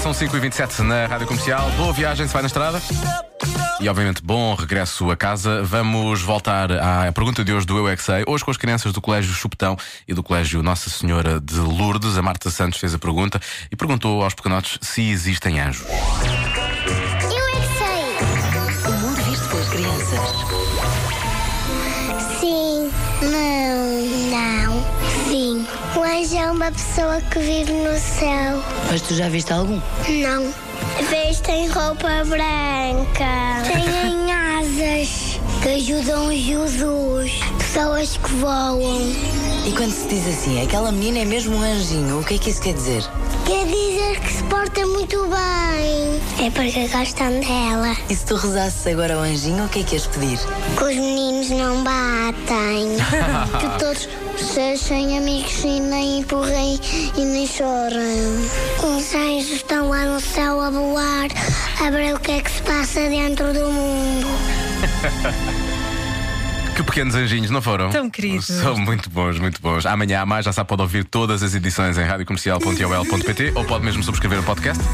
são 5h27 na Rádio Comercial. Boa viagem, se vai na estrada. E obviamente, bom regresso a casa. Vamos voltar à pergunta de hoje do Eu é Que Sei. Hoje com as crianças do Colégio Chupetão e do Colégio Nossa Senhora de Lourdes. A Marta Santos fez a pergunta e perguntou aos pequenotes se existem anjos. Eu é que sei. O mundo visto pelas crianças. Sim. Não. Não. Sim. O anjo é uma pessoa que vive no céu. Mas tu já viste algum? Não. Vestem roupa branca. Têm asas que ajudam Jesus. Pessoas que voam. E quando se diz assim, aquela menina é mesmo um anjinho, o que é que isso quer dizer? Quer dizer que se porta muito bem. É porque gostam dela. E se tu rezasses agora ao anjinho, o que é que ias pedir? Que os meninos não batem. que todos sejam amigos e nem empurrem e nem choram. Os anjos estão lá no céu a voar, a ver o que é que se passa dentro do mundo. Que pequenos anjinhos, não foram? Tão queridos. São muito bons, muito bons. Amanhã há mais, já sabe, pode ouvir todas as edições em radiocomercial.ol.pt ou pode mesmo subscrever o podcast.